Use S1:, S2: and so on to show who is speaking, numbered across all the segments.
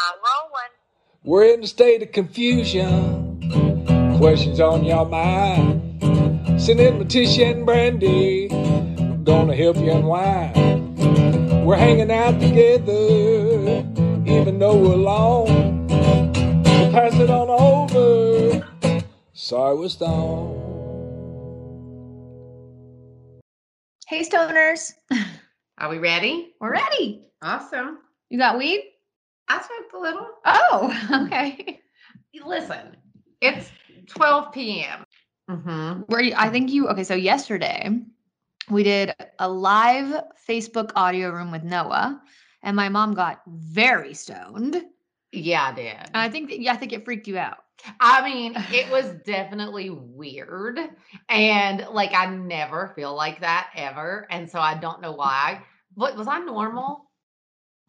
S1: I'm rolling.
S2: We're in a state of confusion. Questions on your mind. Send in Letitia and Brandy. We're gonna help you unwind. We're hanging out together, even though we're alone. So pass it on over. Sorry, we're stoned.
S3: Hey, stoners,
S1: Are we ready?
S3: we're ready.
S1: Awesome.
S3: You got weed?
S1: I smoked a little.
S3: Oh, okay.
S1: Listen, it's 12 p.m. Mm-hmm.
S3: Where you, I think you okay. So yesterday, we did a live Facebook audio room with Noah, and my mom got very stoned. And
S1: Yeah, I did.
S3: I think that, yeah, I think it freaked you out.
S1: I mean, it was definitely weird. And like, I never feel like that ever. And so I don't know why. What was I normal?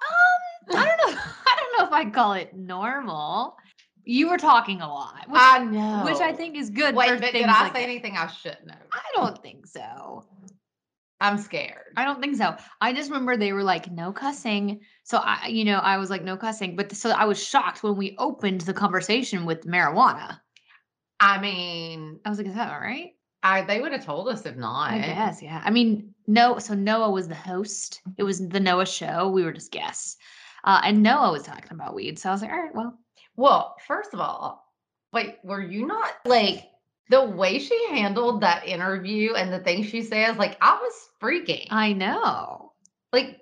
S3: Um, I don't know. I don't know if I'd call it normal. You were talking a lot, which,
S1: I know.
S3: which I think is good. for
S1: Wait, but did
S3: things
S1: I
S3: like
S1: say
S3: that.
S1: anything I shouldn't have?
S3: I don't think so.
S1: I'm scared.
S3: I don't think so. I just remember they were like, no cussing. So I, you know, I was like, no cussing. But so I was shocked when we opened the conversation with marijuana.
S1: I mean,
S3: I was like, is that all right?
S1: I, they would have told us if not.
S3: I guess, yeah. I mean, no. So Noah was the host. It was the Noah show. We were just guests. Uh, and Noah was talking about weed. So I was like, all right, well,
S1: Well, first of all, wait, were you not like the way she handled that interview and the things she says? Like, I was freaking.
S3: I know.
S1: like,
S3: I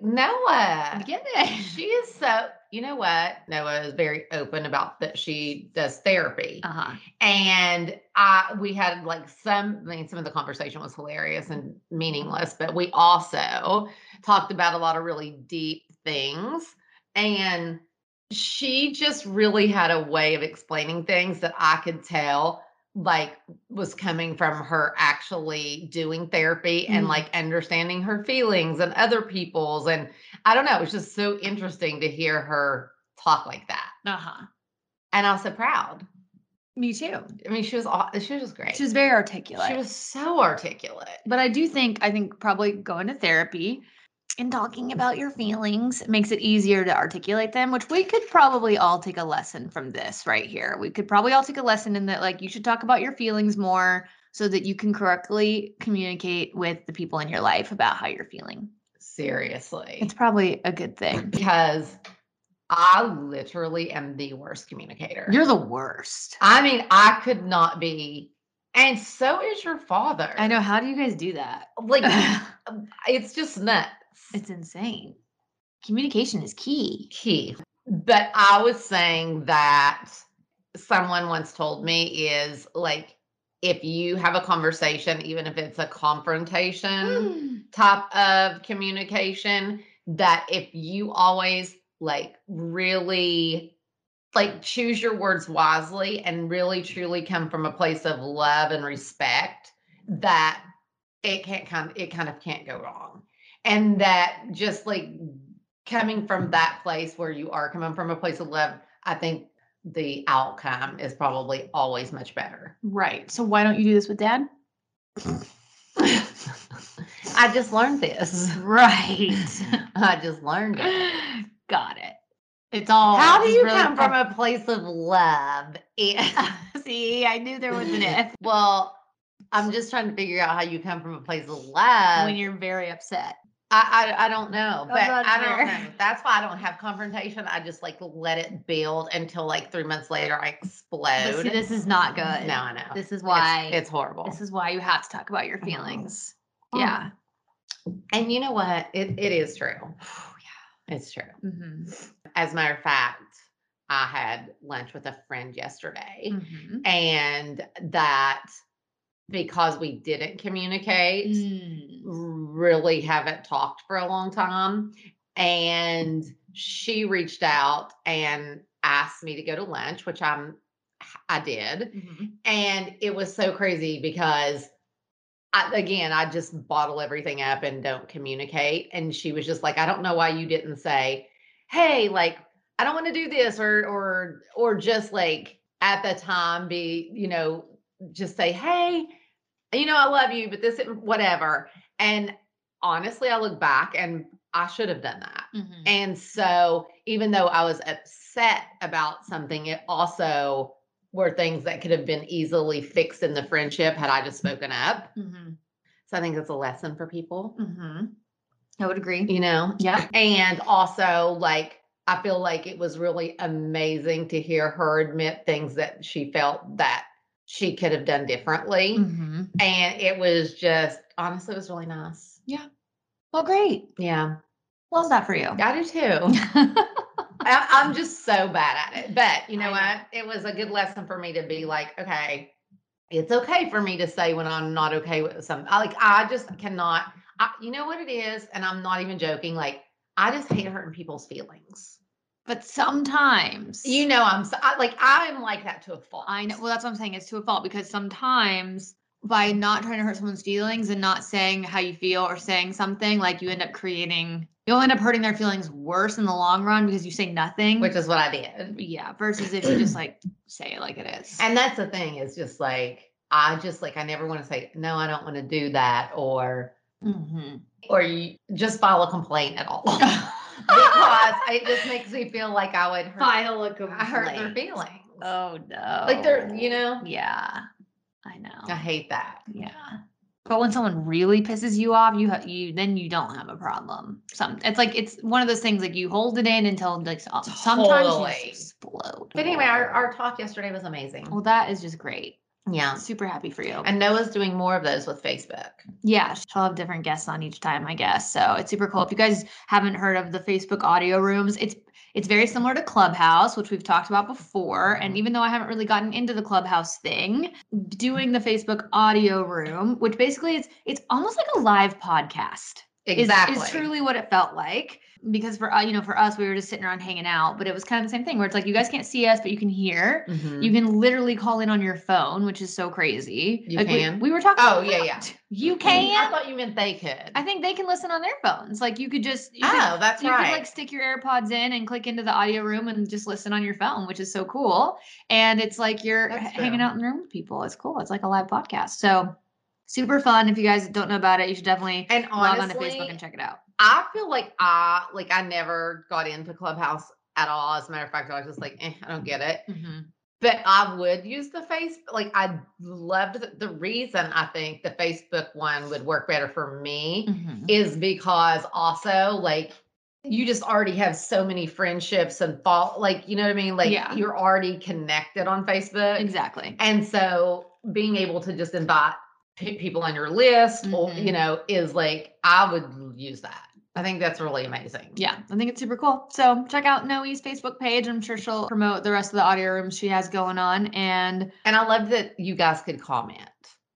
S1: Noah,
S3: get it.
S1: she is so, you know what? Noah is very open about that she does therapy.
S3: Uh huh.
S1: And I, we had like some, I mean, some of the conversation was hilarious and meaningless, but we also talked about a lot of really deep things. And she just really had a way of explaining things that I could tell like was coming from her actually doing therapy and
S3: Mhm.
S1: like understanding her feelings and other people's and I don't know it was just so interesting to hear her talk like that
S3: Uh huh.
S1: and I was so proud
S3: Me too.
S1: I mean, she was aw- she was just great.
S3: She was very articulate.
S1: She was so articulate.
S3: But I do think I think probably going to therapy and talking about your feelings makes it easier to articulate them, which we could probably all take a lesson from this right here. We could probably all take a lesson in that like you should talk about your feelings more so that you can correctly communicate with the people in your life about how you're feeling.
S1: Seriously,
S3: It's probably a good thing.
S1: because I literally am the worst communicator.
S3: You're the worst.
S1: I mean, I could not be, and so is your father.
S3: I know how do you guys do that?
S1: Like, it's just nuts.
S3: it's insane. Communication is key.
S1: key. But I was saying that someone once told me is like if you have a conversation, even if it's a confrontation.
S3: Mm. Um,
S1: type of communication that if you always like really like choose your words wisely and really truly come from a place of love and respect that it can't kind it kind of can't go wrong and that just like coming from that place where you are coming from a place of love i think the outcome is probably always much better
S3: Right. So why don't you do this with dad?
S1: i just learned this
S3: Right.
S1: i just learned it
S3: Got it. It's all.
S1: How do
S3: it's
S1: you
S3: really
S1: come from a place of love?
S3: com- See, I knew there was an if
S1: well, I'm just trying to figure out how you come from a place of love.
S3: when you're very upset.
S1: I, I I don't know, but
S3: not
S1: I don't
S3: sure.
S1: know. That's why I don't have confrontation. I just like let it build until like three months later I
S3: But
S1: explode.
S3: see, this is not good.
S1: No, I know. It's-
S3: This is why.
S1: it's, horrible.
S3: this is why you have to talk about your
S1: Mhm.
S3: feelings.
S1: Mhm.
S3: Yeah.
S1: and you know what? It it is true. yeah, it's true.
S3: Mhm.
S1: As a matter of fact, I had lunch with a friend yesterday.
S3: Mhm.
S1: and that because we didn't communicate
S3: Mm.
S1: really haven't talked for a long time and she reached out and asked me to go to lunch, which I'm I did.
S3: Mm-hmm.
S1: And it was so crazy because I, again, I just bottle everything up and don't communicate. And she was just like, I don't know why you didn't say, hey, like, I don't want to do this or or or just like at the time be, you know, just say, hey, you know, I love you, but this isn't whatever. And honestly, I look back and I should have done that.
S3: Mhm.
S1: And so, even though I was upset about something, it also were things that could have been easily fixed in the friendship had I just spoken up.
S3: Mhm.
S1: So, I think it's a lesson for people,
S3: Mhm. I would agree.
S1: you know?
S3: Yeah.
S1: And also, like, I feel like it was really amazing to hear her admit things that she felt that she could have done differently.
S3: Mm-hmm.
S1: And it was just, honestly, it was really nice.
S3: Well, great.
S1: Yeah.
S3: Love that for you.
S1: I do too. I- I'm just so bad at it. But you know
S3: I know.
S1: what? It was a good lesson for me to be like, okay, it's okay for me to say when I'm not okay with something. I, like I just cannot. I, you know what it is, and I'm not even joking. Like I just hate hurting people's feelings.
S3: but sometimes
S1: You know, I'm so, I, like I'm like that to a fault.
S3: I know. Well, that's what I'm saying. It's to a fault because sometimes by not trying to hurt someone's feelings and not saying how you feel or saying something, like you end up creating, you'll end up hurting their feelings worse in the long run because you say nothing.
S1: which is what I did.
S3: yeah, versus if you just like say it like it is.
S1: And that's the thing is just like I just like I never want to say no. I don't want to do that, or
S3: Mhm.
S1: or you just file a complaint at all because it just makes me feel like I would hurt
S3: file a complaint.
S1: I hurt their feelings.
S3: Oh Oh, no!
S1: Like they're, you know,
S3: Yeah, I know.
S1: I hate that.
S3: Yeah. But when someone really pisses you off, you ha- you then you don't have a problem. Some it's like it's one of those things like you hold it in until like so- sometimes you just
S1: Totally.
S3: explode.
S1: But anyway, our, our talk yesterday was amazing.
S3: well, that is just great.
S1: Yeah.
S3: I'm super happy for you.
S1: And Noah's doing more of those with Facebook.
S3: yeah, she'll have different guests on each time, I guess. So it's super cool. If you guys haven't heard of the Facebook audio rooms, it's it's very similar to Clubhouse, which we've talked about before.
S1: Mm-hmm.
S3: And even though I haven't really gotten into the Clubhouse thing, doing the Facebook audio room, which basically it's it's almost like a live podcast. is-
S1: Exactly.
S3: is, truly what it felt like because for uh, you know for us we were just sitting around hanging out but it was kind of the same thing where it's like you guys can't see us but you can hear
S1: Mhm.
S3: you can literally call in on your phone which is so crazy
S1: You
S3: Like, we-
S1: can?
S3: we, were talking
S1: Oh,
S3: about
S1: yeah,
S3: that.
S1: yeah.
S3: you
S1: I
S3: can
S1: thought you meant they could.
S3: i think they can listen on their phones like you could just you could-
S1: oh, that's
S3: you
S1: right.
S3: could like stick your AirPods in and click into the audio room and just listen on your phone, which is so cool. And it's like you're
S1: That's
S3: h- hanging
S1: true.
S3: out in the room with people. It's cool. It's like a live podcast. So super fun. If you guys don't know about it, you should definitely
S1: and
S3: log
S1: honestly,
S3: on to Facebook and check it out.
S1: I feel like I like I never got into Clubhouse at all. As a matter of fact, I was just like, eh, I don't get it. But I would use the Facebook. Like I loved the, the reason I think the Facebook one would work better for me
S3: Mhm.
S1: is because also like you just already have so many friendships and fall like you know what I mean like
S3: Yeah.
S1: you're already connected on Facebook
S3: Exactly.
S1: and so being able to just invite pe- people on your list or you
S3: Mhm.
S1: know is like I would use that I think that's really amazing
S3: Yeah, I think it's super cool. So check out Noe's Facebook page. I'm sure she'll promote the rest of the audio rooms she has going on. And
S1: and I love that you guys could comment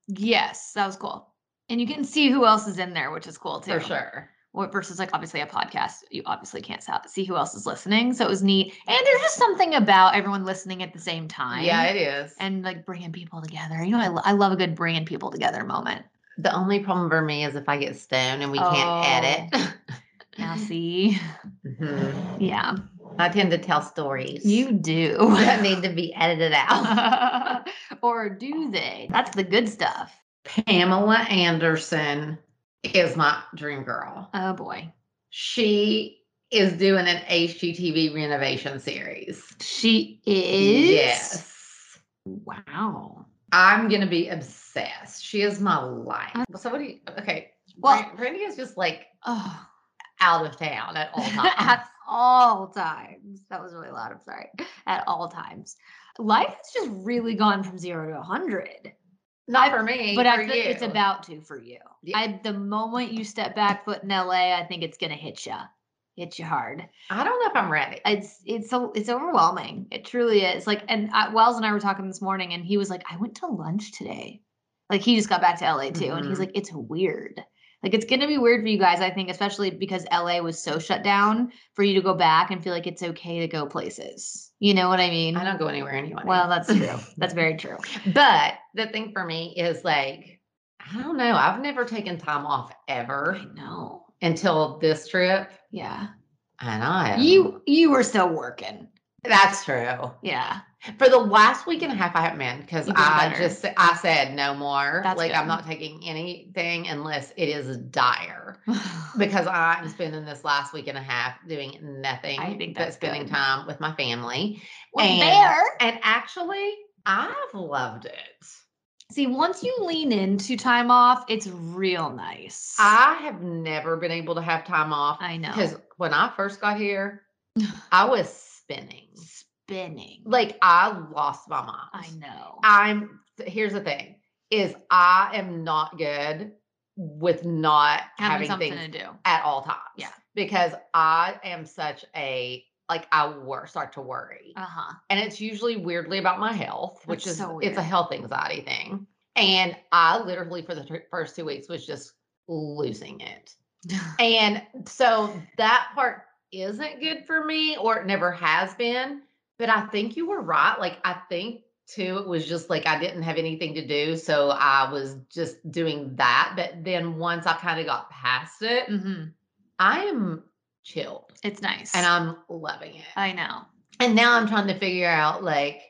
S3: yes, that was cool. And you can see who else is in there, which is cool too.
S1: for sure
S3: Or versus like obviously a podcast, you obviously can't sou- see who else is listening. So it was neat. And there's just something about everyone listening at the same time.
S1: yeah it is and
S3: And like bringing people together. You know, I, lo- I love a good bringing people together moment.
S1: the only problem for me is if I get stoned and we can't edit
S3: Now, see,
S1: Mhm.
S3: yeah,
S1: I tend to tell stories
S3: you do.
S1: that need to be edited out
S3: or do they? That's the good stuff.
S1: Pamela Anderson is my dream girl.
S3: Oh boy.
S1: She is doing an HGTV renovation series.
S3: She is?
S1: Yes.
S3: Wow.
S1: I'm going to be obsessed. She is my life. So, what do you, okay.
S3: Well-
S1: Well, Brandy is just like
S3: Oh.
S1: out of town at all times.
S3: At all times. That was really loud. I'm sorry. At all times. Life has just really gone from zero to a 100.
S1: Not for me.
S3: But
S1: for
S3: I feel
S1: you.
S3: it's about to for you.
S1: Yeah.
S3: I, the moment you step back foot in LA, I think it's going to hit you. Hit you hard.
S1: I don't know if I'm ready.
S3: it's it's so it's overwhelming. It truly is. Like, and uh Wells and I were talking this morning, and he was like, "I went to lunch today." Like, he just got back to LA too, and he's
S1: Mhm.
S3: like, "It's weird." Like it's gonna be weird for you guys, I think, especially because LA was so shut down for you to go back and feel like it's okay to go places. You know what I mean?
S1: I don't go anywhere anyway.
S3: Well, that's true. that's very true.
S1: but the thing for me is like, I don't know. I've never taken time off ever
S3: I know.
S1: until this trip.
S3: Yeah.
S1: And I
S3: You you were still working.
S1: that's true.
S3: Yeah.
S1: For the last week and a half I haven't been because
S3: You've been
S1: I
S3: better.
S1: just I said no more.
S3: That's
S1: like
S3: good.
S1: I'm not taking anything unless it is dire. because I'm spending this last week and a half doing nothing
S3: I think
S1: but
S3: that's
S1: spending
S3: good.
S1: time with my family.
S3: Well,
S1: and,
S3: there.
S1: And actually, I've loved it.
S3: See, once you lean into time off, it's real nice.
S1: I have never been able to have time off
S3: I know.
S1: because when I first got here, I was spinning.
S3: spinning.
S1: Like I lost my mind.
S3: I know.
S1: I'm here's the thing is I am not good with not
S3: Having
S1: having,
S3: something
S1: things
S3: to do.
S1: at all times.
S3: Yeah.
S1: Because I am such a like I wor- start to worry.
S3: Uh huh.
S1: and it's usually weirdly about my health, which
S3: That's
S1: is
S3: so
S1: it's a
S3: weird.
S1: health anxiety thing. And I literally for the thr- first two weeks was just losing it. And so that part isn't good for me, or it never has been. But I think you were right. Like I think too, it was just like I didn't have anything to do, so I was just doing that. But then once I kind of got past it,
S3: hmm
S1: I am chilled
S3: It's nice.
S1: and I'm loving it.
S3: I know.
S1: And now I'm trying to figure out, like,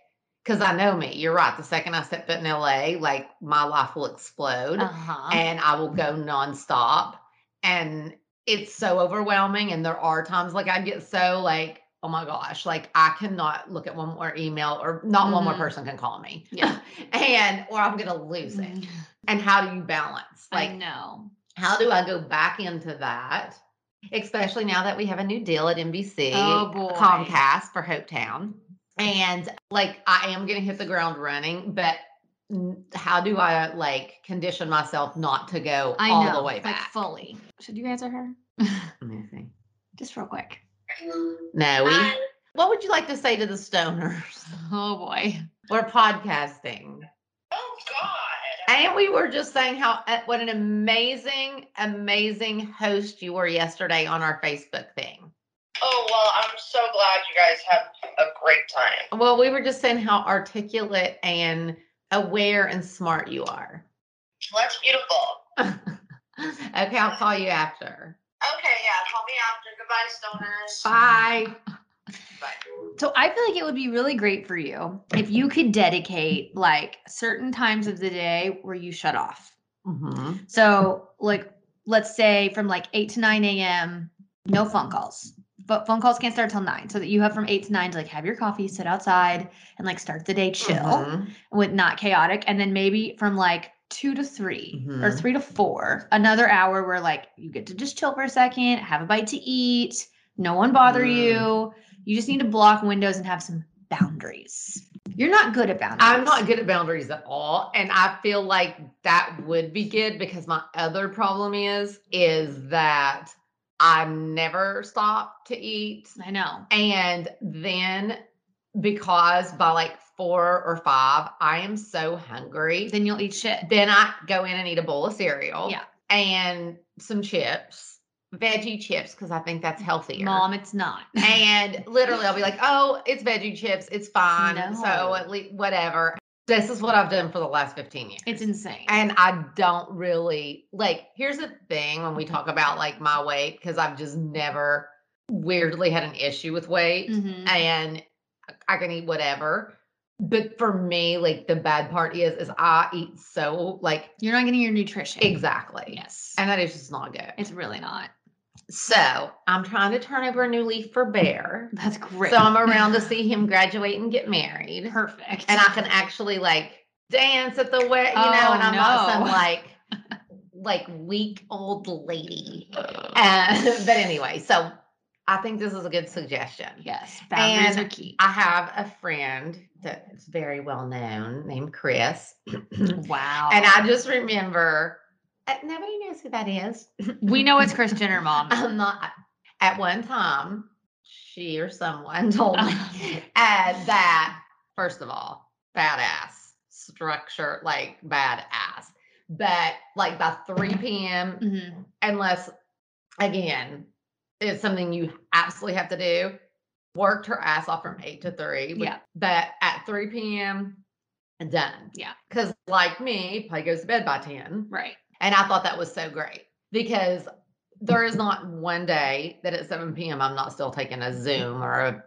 S1: because I know me, you're right. The second I set foot in LA, like, my life will explode
S3: Uh huh.
S1: and I will go nonstop. And it's so overwhelming. And there are times, like, I get so, like, oh my gosh, like, I cannot look at one more email or not one more
S3: Mhm.
S1: person can call me.
S3: Yeah.
S1: And, or I'm going to lose it. And how do you balance? Like,
S3: Mm-hmm. I know.
S1: how do I go back into that? Especially now that we have a new deal at NBC,
S3: Oh, boy.
S1: Comcast for Hopetown. And like, I am going to hit the ground running, but n- how do I like condition myself not to go
S3: I
S1: all
S3: know.
S1: the way
S3: like
S1: back?
S3: fully. Should you answer her?
S1: Let me see.
S3: Just real quick.
S1: No, we, what would you like to say to the stoners?
S3: Oh boy.
S1: We're podcasting.
S4: Oh God!
S1: And we were just saying how uh, what an amazing, amazing host you were yesterday on our Facebook thing.
S4: Oh well, I'm so glad you guys had a great time.
S1: Well, we were just saying how articulate and aware and smart you are.
S4: That's beautiful.
S1: okay, I'll call you after.
S4: Okay, yeah. Call me after. Goodbye, stoners.
S1: Bye.
S3: So I feel like it would be really great for you if you could dedicate like certain times of the day where you shut off.
S1: Mm-hmm,
S3: So, like, let's say from like 8 to 9 a.m., no phone calls. But phone calls can't start till 9. So that you have from 8 to 9 to like have your coffee, sit outside, and like start the day chill
S1: Mhm.
S3: with not chaotic. And then maybe from like 2 to 3 or
S1: Mhm.
S3: 3 to 4, another hour where like you get to just chill for a second, have a bite to eat, no one bother
S1: Mm.
S3: you. You just need to block windows and have some boundaries. You're not good at boundaries.
S1: I'm not good at boundaries at all. And I feel like that would be good because my other problem is, is that I never stop to eat.
S3: I know.
S1: And then because by like four or five, I am so hungry.
S3: Then you'll eat shit.
S1: Then I go in and eat a bowl of cereal.
S3: Yeah.
S1: And some chips, veggie chips, because I think that's healthier.
S3: Mom, it's not.
S1: And literally, I'll be like, oh, it's veggie chips. It's fine.
S3: No.
S1: So at least whatever. This is what I've done for the last 15 years.
S3: It's insane.
S1: and I don't really like, here's the thing when we talk about like my weight, because I've just never weirdly had an issue with weight
S3: Mhm.
S1: and I can eat whatever. But for me, like the bad part is, is I eat so like
S3: You're not getting your nutrition.
S1: exactly,
S3: Yes.
S1: and that is just not good.
S3: it's really not.
S1: So I'm trying to turn over a new leaf for Bear.
S3: That's great.
S1: So I'm around to see him graduate and get married,
S3: Perfect.
S1: and I can actually like dance at the wedding, you
S3: Oh,
S1: know, and I'm not some
S3: no.
S1: like like weak old lady. Uh, but anyway, so I think this is a good suggestion.
S3: yes, boundaries
S1: And
S3: are key.
S1: I have a friend that's very well known named Chris. and
S3: wow.
S1: I just remember, uh, nobody knows who that is.
S3: we know it's Chris Jenner, mom.
S1: I'm not, at one time, she or someone told me uh, that, first of all, badass structure, like badass.
S5: but like by 3 p.m.,
S3: Mhm.
S5: unless again it's something you absolutely have to do worked her ass off from 8 to 3 but-
S3: Yeah.
S5: but at 3 p.m done
S3: Yeah.
S5: because like me probably goes to bed by 10
S3: Right.
S5: and i thought that was so great because there is not one day that at 7 p.m i'm not still taking a zoom or a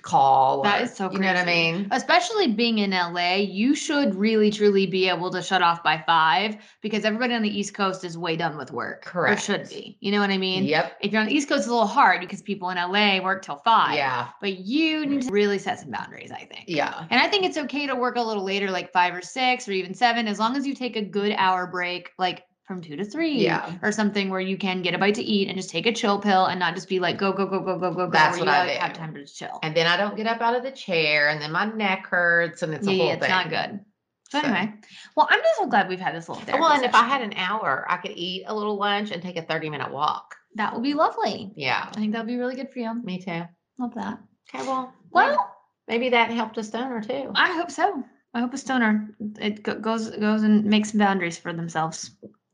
S5: call
S3: That
S5: or-
S3: is so
S5: you know what i
S3: crazy.
S5: mean
S3: Especially being in LA, you should really truly be able to shut off by five because everybody on the East Coast is way done with work.
S5: Correct.
S3: Or should be. You know what I mean?
S5: yep
S3: If you're on the East Coast, it's a little hard because people in LA work till five.
S5: yeah
S3: But you need to really set some boundaries, I think.
S5: yeah
S3: And I think it's okay to work a little later, like five or six or even seven, as long as you take a good hour break, like from two to three
S5: Yeah.
S3: or something where you can get a bite to eat and just take a chill pill and not just be like, go, go, go, go, go, go, go.
S5: That's
S3: where
S5: what
S3: you
S5: I
S3: like, have
S5: do.
S3: time to just chill.
S5: and then i don't get up out of the chair and then my neck hurts and it's
S3: yeah,
S5: a whole
S3: yeah, it's
S5: thing
S3: not good. So,
S5: So-
S3: anyway, well, I'm just so glad we've had this little therapy.
S5: Well, and if I
S3: session.
S5: had an hour, I could eat a little lunch and take a 30 minute walk.
S3: that would be lovely.
S5: Yeah.
S3: I think that would be really good for you.
S5: Me too.
S3: Love that.
S5: Okay, well,
S3: Well,
S5: maybe that helped a stoner too.
S3: I hope so. I hope a stoner it go- goes goes and makes some boundaries for themselves.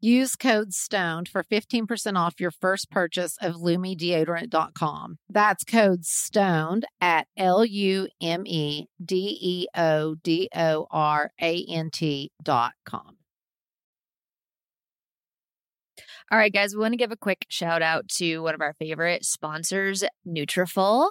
S1: Use code STONED for 15% off your first purchase of LumiDeodorant.com. That's code STONED at L U M E D E O D O R A N T dot com.
S6: All right, guys, we want to give a quick shout out to one of our favorite sponsors, Nutrafol.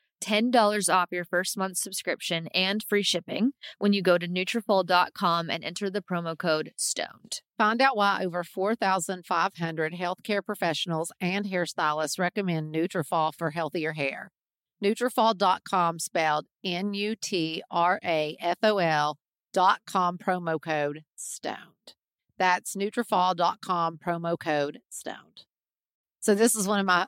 S6: $10 off your first month subscription and free shipping when you go to Nutrafol.com and enter the promo code STONED.
S1: Find out why over 4,500 healthcare professionals and hairstylists recommend Nutrafol for healthier hair. Nutrafol.com spelled N U T R A F O L dot com promo code stoned. That's Nutrafol.com promo code stoned. So this is one of my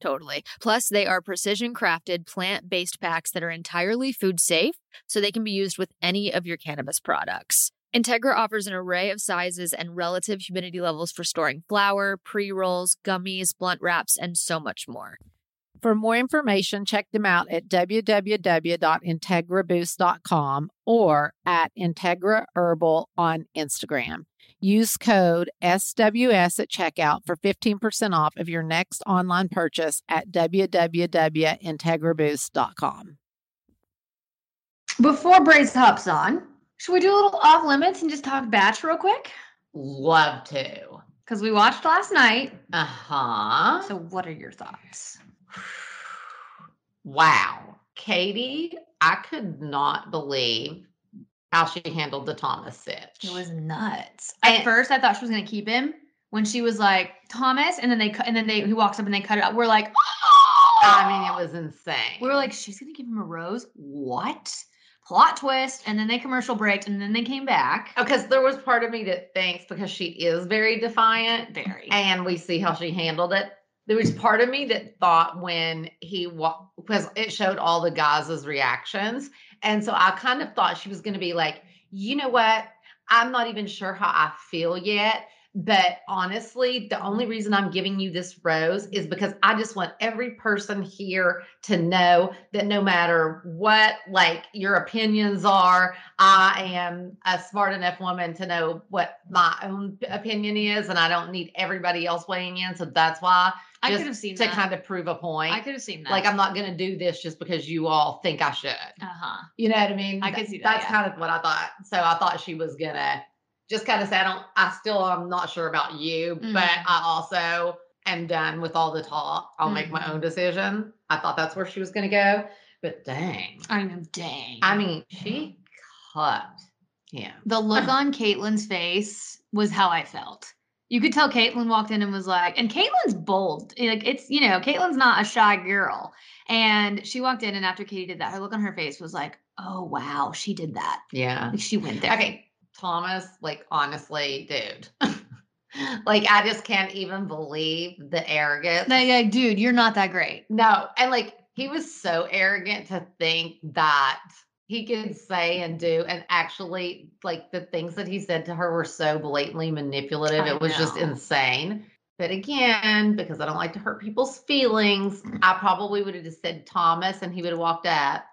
S6: Totally. Plus, they are precision crafted plant based packs that are entirely food safe, so they can be used with any of your cannabis products. Integra offers an array of sizes and relative humidity levels for storing flour, pre rolls, gummies, blunt wraps, and so much more.
S1: For more information, check them out at www.integraboost.com or at Integra Herbal on Instagram. Use code SWS at checkout for 15% off of your next online purchase at www.integraboost.com.
S3: Before Braze hops on, should we do a little off limits and just talk batch real quick?
S4: Love to. Uh-huh.
S3: Because we watched last night.
S4: Uh huh.
S3: So, what are your thoughts?
S4: wow. Katie, I could not believe how she handled the Thomas sitch.
S3: It was nuts. At
S4: And-
S3: first, I thought she was gonna keep him when she was like Thomas, and then they cu- and then they he walks up and they cut it out. We're like, "Oh,"
S4: I mean, it was insane.
S3: we were like, she's gonna give him a rose. What? Plot twist. And then they commercial breaks, and then they came back.
S4: because Oh, there was part of me that thinks because she is very defiant
S3: Very.
S4: and we see how she handled it. There was part of me that thought when he wa- because it showed all the guys' reactions. And so I kind of thought she was going to be like, you know what? I'm not even sure how I feel yet. But honestly, the only reason I'm giving you this rose is because I just want every person here to know that no matter what, like your opinions are, I am a smart enough woman to know what my own p- opinion is, and I don't need everybody else weighing in. So that's why
S3: I
S4: just
S3: could have seen
S4: to
S3: that.
S4: kind of prove a point.
S3: I could have seen that.
S4: like I'm not going to do this just because you all think I should.
S3: Uh huh.
S4: You know what I mean?
S3: I
S4: Th-
S3: could see that,
S4: That's
S3: yeah.
S4: kind of what I thought. So I thought she was gonna just kind of say, I don't. I still am not sure about you,
S3: Mm.
S4: but I also am done with all the talk. I'll make my
S3: Mhm.
S4: own decision. I thought that's where she was going to go, but dang,
S3: I know. Dang.
S4: I mean, she cut him.
S3: the look on Caitlin's face was how I felt. You could tell Caitlin walked in and was like, and Caitlin's bold. Eh, Like it's, you know, Caitlin's not a shy girl. And she walked in and after Katie did that, her look on her face was like, oh wow, she did that.
S4: Yeah.
S3: Like she went there.
S4: Okay, Thomas, like honestly, dude. like I just can't even believe the arrogance.
S3: Like, like, dude, you're not that great.
S4: No, and like he was so arrogant to think that he could say and do and actually like the things that he said to her were so blatantly manipulative.
S3: I
S4: it was just
S3: know.
S4: insane. But again, because I don't like to hurt people's feelings,
S3: Mm.
S4: I probably would have just said Thomas and he would have walked up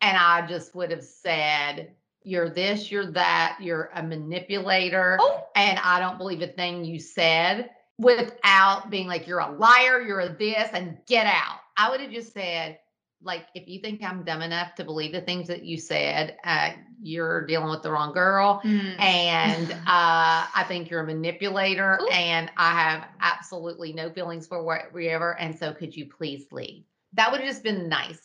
S4: and I just would have said, You're this, you're that, you're a manipulator
S3: Oh,
S4: and I don't believe a thing you said without being like, you're a liar, you're a this, and get out. I would have just said, like, if you think I'm dumb enough to believe the things that you said, uh, you're dealing with the wrong girl.
S3: Mm.
S4: And uh, I think you're a manipulator,
S3: Ooh.
S4: and I have absolutely no feelings for whatever. And so, could you please leave? That would have just been nicer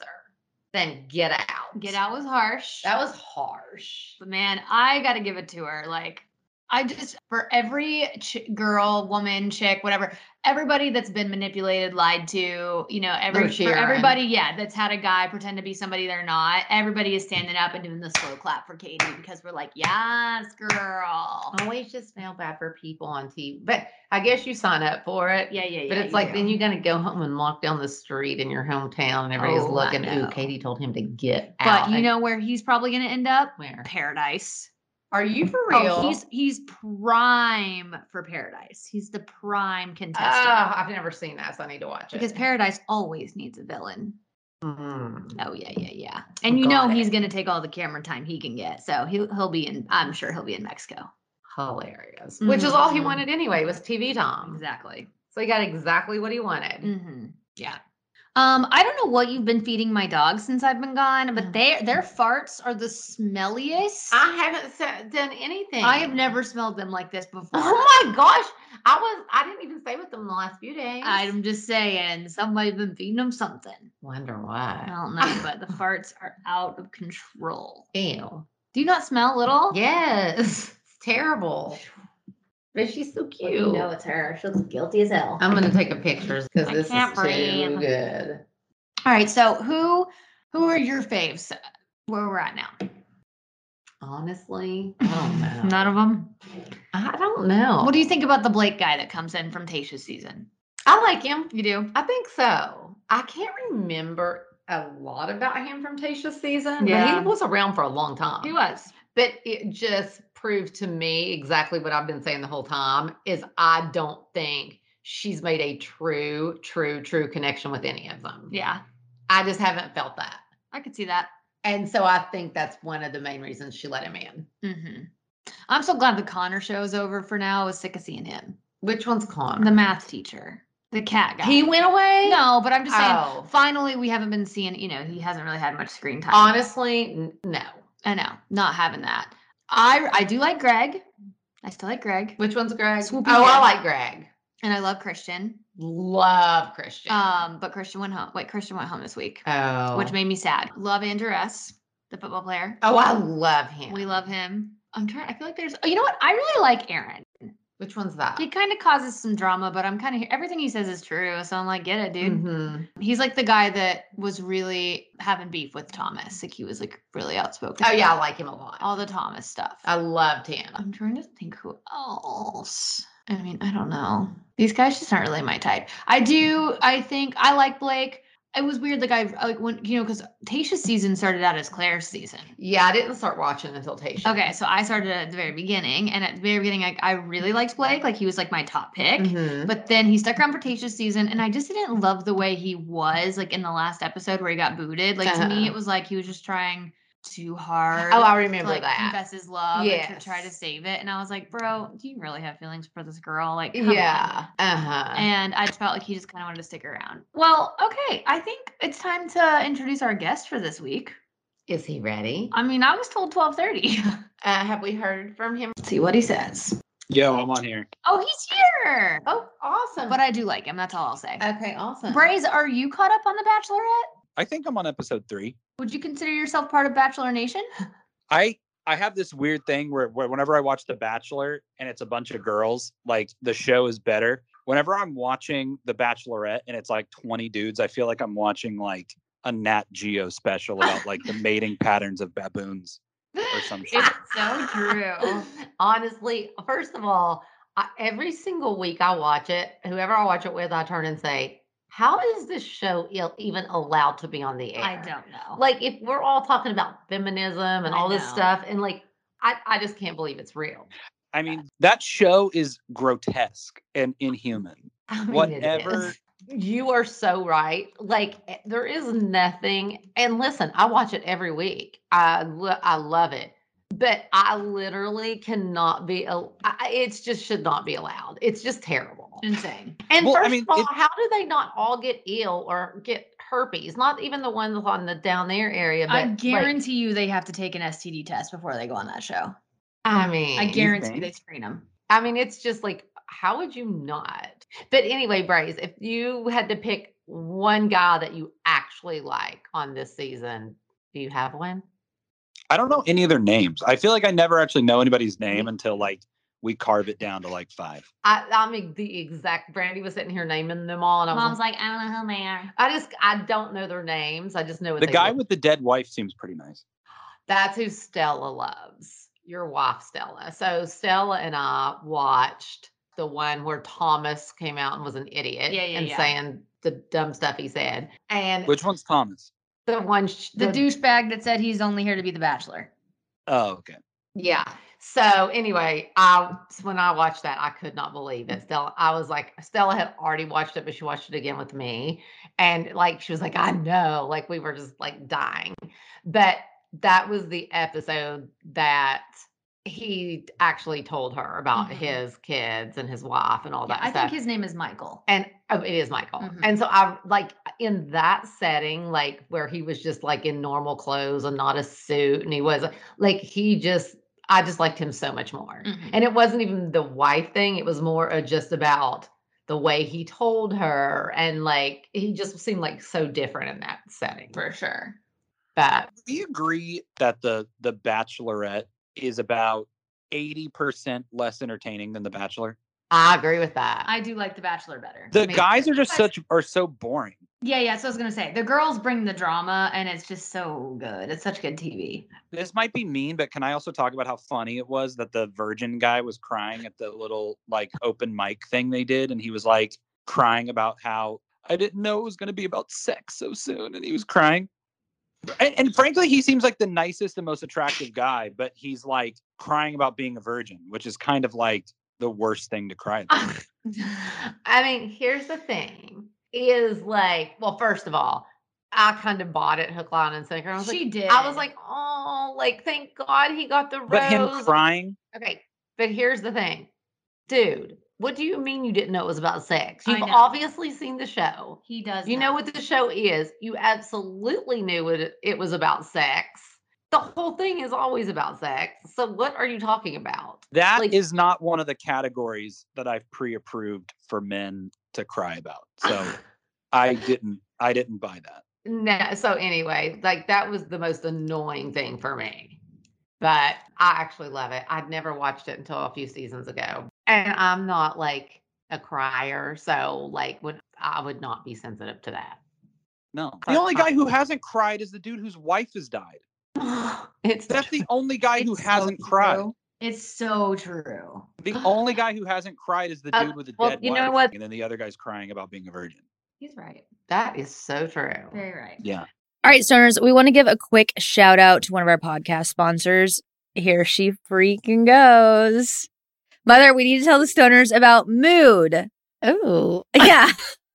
S4: than get out.
S3: get out was harsh.
S4: That was harsh.
S3: But man, I got to give it to her. Like, I just, for every ch- girl, woman, chick, whatever, everybody that's been manipulated, lied to, you know, every, for
S4: cheering.
S3: everybody, yeah, that's had a guy pretend to be somebody they're not, everybody is standing up and doing the slow clap for Katie because we're like, yes, girl.
S4: always just feel bad for people on TV. But I guess you sign up for it.
S3: Yeah, yeah, yeah.
S4: But it's
S3: you
S4: like
S3: do.
S4: then you're gonna go home and walk down the street in your hometown and everybody's
S3: Oh, I
S4: looking. Ooh,
S3: know.
S4: Katie told him to get out.
S3: But you
S4: And-
S3: know where he's probably going to end up?
S4: where?
S3: Paradise.
S4: Are you for
S3: Oh, he's he's prime for paradise. He's the prime contestant
S4: Ah, I've never seen that, so I need to watch it.
S3: because paradise always needs a villain.
S4: Mm.
S3: Oh yeah, yeah, yeah. And you
S4: Got
S3: know
S4: it.
S3: he's gonna take all the camera time he can get. So he'll he'll be in I'm sure he'll be in Mexico.
S4: hilarious. Which is all he
S3: Mhm.
S4: wanted anyway was TV time.
S3: Exactly.
S4: So he got exactly what he wanted.
S3: hmm Yeah. Um, I don't know what you've been feeding my dog since I've been gone, but
S4: Mm.
S3: their their farts are the smelliest. I,
S4: I haven't sa- done anything.
S3: have never smelled them like this before.
S4: Oh my gosh! I was. I didn't even stay with them the last few days.
S3: I'm just saying, somebody's been feeding them something.
S4: wonder
S3: I
S4: why.
S3: don't know, but the farts are out of control.
S4: Ew.
S3: Oh. Do you not smell a little?
S4: Yes. It's terrible.
S5: But she's so cute.
S7: You know it's her. She looks guilty as hell.
S5: I'm gonna take a picture because
S3: I
S5: this is
S3: can't
S5: too
S3: breathe.
S5: good.
S3: All right, so who who are your faves? Where we're at now?
S5: Honestly, I don't
S4: Oh,
S5: know.
S3: None of them.
S5: I don't know.
S3: What do you think about the Blake guy that comes in from Tasha's season?
S5: I like him.
S3: You do?
S5: I think so. I can't remember a lot about him from Tasha's season.
S3: Yeah.
S5: But he was around for a long time.
S3: He was.
S5: But it just proved to me exactly what I've been saying the whole time is I don't think she's made a true, true, true connection with any of them.
S3: Yeah,
S5: I just haven't felt that.
S3: I could see that.
S5: And so I think that's one of the main reasons she let him in.
S3: Mm-hmm. I'm so glad the Connor show's over for now. I was sick of seeing him.
S5: Which one's Connor?
S3: The math teacher, the cat guy.
S5: he went away?
S3: no, but I'm just saying.
S5: Oh.
S3: Finally, we haven't been seeing. You know, he hasn't really had much screen time.
S5: Honestly, n- no.
S3: I know, not having that. I I do like Greg. I still like Greg,
S5: Which one's Greg?
S3: Swoopy
S5: oh, I
S3: Head.
S5: like Greg.
S3: and I love Christian.
S5: Love Christian.
S3: Um, but Christian went home. Wait, Christian went home this week,
S5: oh.
S3: which made me sad. Love Andrew S, the football player.
S5: Oh, I love him.
S3: We love him. I'm trying. I feel like there's. Oh, you know what? I really like Aaron.
S5: Which one's that?
S3: He kind of causes some drama, but I'm kind of everything he says is true. So I'm like, get it, dude.
S5: Mhm.
S3: He's like the guy that was really having beef with Thomas. Like he was like really outspoken.
S5: Oh yeah, Oh. I
S3: about
S5: like him a lot.
S3: all the Thomas stuff.
S5: I loved him.
S3: I'm trying to think who else. I mean, I don't know. These guys just aren't really my type. I do. I think I like Blake. It was weird. Like I like when you know because Tasha's season started out as Claire's season.
S5: Yeah, I didn't start watching until Tasha.
S3: Okay, so I started at the very beginning, and at the very beginning, I, I really liked Blake. Like he was like my top pick.
S5: Mhm.
S3: But then he stuck around for Tasha's season, and I just didn't love the way he was. Like in the last episode where he got booted. Like to me,
S5: Uh-huh.
S3: it was like he was just trying too hard
S5: Oh, I
S3: to,
S5: remember
S3: like
S5: that.
S3: confess his love and to try to
S5: Yes.
S3: save it. And I was like, bro, do you really have feelings for this girl? Like, come on."
S5: Yeah. Uh huh.
S3: And I just felt like he just kind of wanted to stick around. Well, okay. I think it's time to introduce our guest for this week.
S5: Is he ready?
S3: I mean, I was told 12:30.
S5: Uh, have we heard from him?
S3: Let's see what he says.
S8: Yo, I'm on here.
S3: Oh, he's here.
S5: Oh, awesome. Uh-huh.
S3: But I do like him. That's all I'll say.
S5: okay, awesome.
S3: Braze, are you caught up on The Bachelorette?
S8: I think I'm on episode three.
S3: Would you consider yourself part of Bachelor Nation?
S8: I I have this weird thing where, where whenever I watch The Bachelor and it's a bunch of girls, like the show is better. Whenever I'm watching The Bachelorette and it's like 20 dudes, I feel like I'm watching like a Nat Geo special about like the mating patterns of baboons or some shit.
S3: It's so true.
S5: Honestly, first of all, I, every single week I watch it, whoever I watch it with, I turn and say, How is this show il- even allowed to be on the air?
S3: I don't know.
S5: Like, if we're all talking about feminism and
S3: I
S5: all this
S3: know.
S5: stuff, and like, I, I just can't believe it's real.
S8: I mean, that show is grotesque and inhuman.
S5: I mean, it
S8: Whatever.
S5: is. You are so right. Like eh, there is nothing. And listen, I watch it every week. I lo- I love it. But I literally cannot be. al- I- I- It's just should not be allowed. It's just terrible.
S3: insane.
S5: And
S8: Well, I
S5: first
S8: mean,
S5: of all,
S8: it-
S5: how do they not all get ill or get herpes? Not even the ones on the down there area. But
S3: I
S5: like,
S3: guarantee you they have to take an STD test before they go on that show.
S5: I mean,
S3: I guarantee
S8: think?
S3: they screen them.
S5: I mean, it's just like, how would you not? But anyway, Braze, if you had to pick one guy that you actually like on this season, do you have one?
S8: I don't know any of their names. I feel like I never actually know anybody's
S5: Mm-hmm.
S8: name until like we carve it down to like five.
S5: I, I mean, the exact Brandy was sitting here naming them all, and I was
S3: Mom's
S5: like,
S3: like, I don't know who they are.
S5: I just, I don't know their names. I just know what
S8: The
S5: they
S8: guy
S5: look-
S8: with the dead wife seems pretty nice.
S5: that's who Stella loves. Your wife, Stella. So Stella and I watched the one where Thomas came out and was an idiot
S3: Yeah, yeah,
S5: and
S3: yeah.
S5: saying the dumb stuff he said, and
S8: Which one's Thomas?
S5: the one sh-
S3: The douchebag that said he's only here to be the bachelor.
S8: Oh, okay.
S5: Yeah. So anyway, I when I watched that, I could not believe it. Stella, I was like, Stella had already watched it, but she watched it again with me, and like she was like, I know, like we were just like dying, but that was the episode that he actually told her about
S3: Mhm.
S5: his kids and his wife and all that.
S3: I
S5: stuff
S3: think his name is Michael.
S5: and oh, it is Michael.
S3: Mhm.
S5: And so I like in that setting, like where he was just like in normal clothes and not a suit, and he was like he just I just liked him so much more.
S3: Mm-hmm.
S5: And it wasn't even the wife thing; it was more of just about the way he told her, and like he just seemed like so different in that setting for sure. But
S8: Do you agree that the the Bachelorette is about 80% less entertaining than The Bachelor.
S5: I agree with that.
S3: I do like The Bachelor better.
S8: The
S5: Amazing.
S8: guys are just
S3: But-
S8: such are so boring.
S3: Yeah, yeah. So I was gonna say the girls bring the drama, and it's just so good. It's such good TV.
S8: This might be mean, but can I also talk about how funny it was that the virgin guy was crying at the little like open mic thing they did and he was like crying about how I didn't know it was going to be about sex so soon and he was crying. And, and frankly, he seems like the nicest and most attractive guy, but he's like crying about being a virgin, which is kind of like the worst thing to cry about.
S5: I mean, here's the thing is like, well, first of all, I kind of bought it hook, line, and sinker. I was
S3: she
S5: like,
S3: did.
S5: I was like, oh, like, thank God he got the rose.
S8: But him crying,
S5: Okay, but here's the thing, dude. What do you mean you didn't know it was about sex?
S3: I
S5: You've
S3: know.
S5: obviously seen the show.
S3: he does.
S5: You know what the show is. You absolutely knew it, it was about sex. The whole thing is always about sex. So what are you talking about?
S8: that is
S5: Like-
S8: not one of the categories that I've pre-approved for men to cry about. So I didn't I didn't buy that.
S5: No, so anyway, like that was the most annoying thing for me. But I actually love it. I'd never watched it until a few seasons ago. And I'm not like a crier, so like would I would not be sensitive to
S8: No.
S5: But
S8: The only
S5: I-
S8: guy who hasn't cried is the dude whose wife has died.
S5: that. it's
S8: That's the only guy who
S3: It's so
S8: hasn't cried.
S3: true. It's so true.
S8: The only guy who hasn't cried is the
S5: Uh,
S8: dude with a
S5: well,
S8: dead
S5: you
S8: wife.
S5: know what?
S8: And then the other guy's crying about being a virgin.
S3: He's right.
S5: that is so true.
S3: Very right.
S8: Yeah.
S6: All right, stoners, we want to give a quick shout out to one of our podcast sponsors. Here she freaking goes. Mother, we need to tell the stoners about mood.
S1: Oh,
S6: Yeah.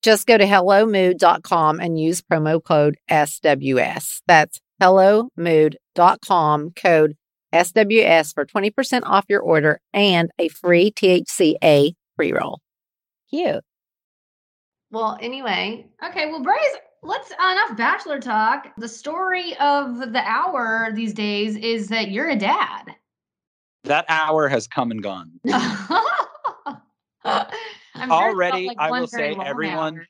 S1: Just go to hellomood.com and use promo code SWS. That's hellomood.com code SWS for 20% off your order and a free THCA pre roll.
S6: Cute.
S5: Well, anyway,
S3: Okay, well, Bray's. Let's uh, enough bachelor talk. The story of the hour these days is that you're a dad.
S8: That hour has come and gone.
S3: I'm
S8: Already, I will say everyone-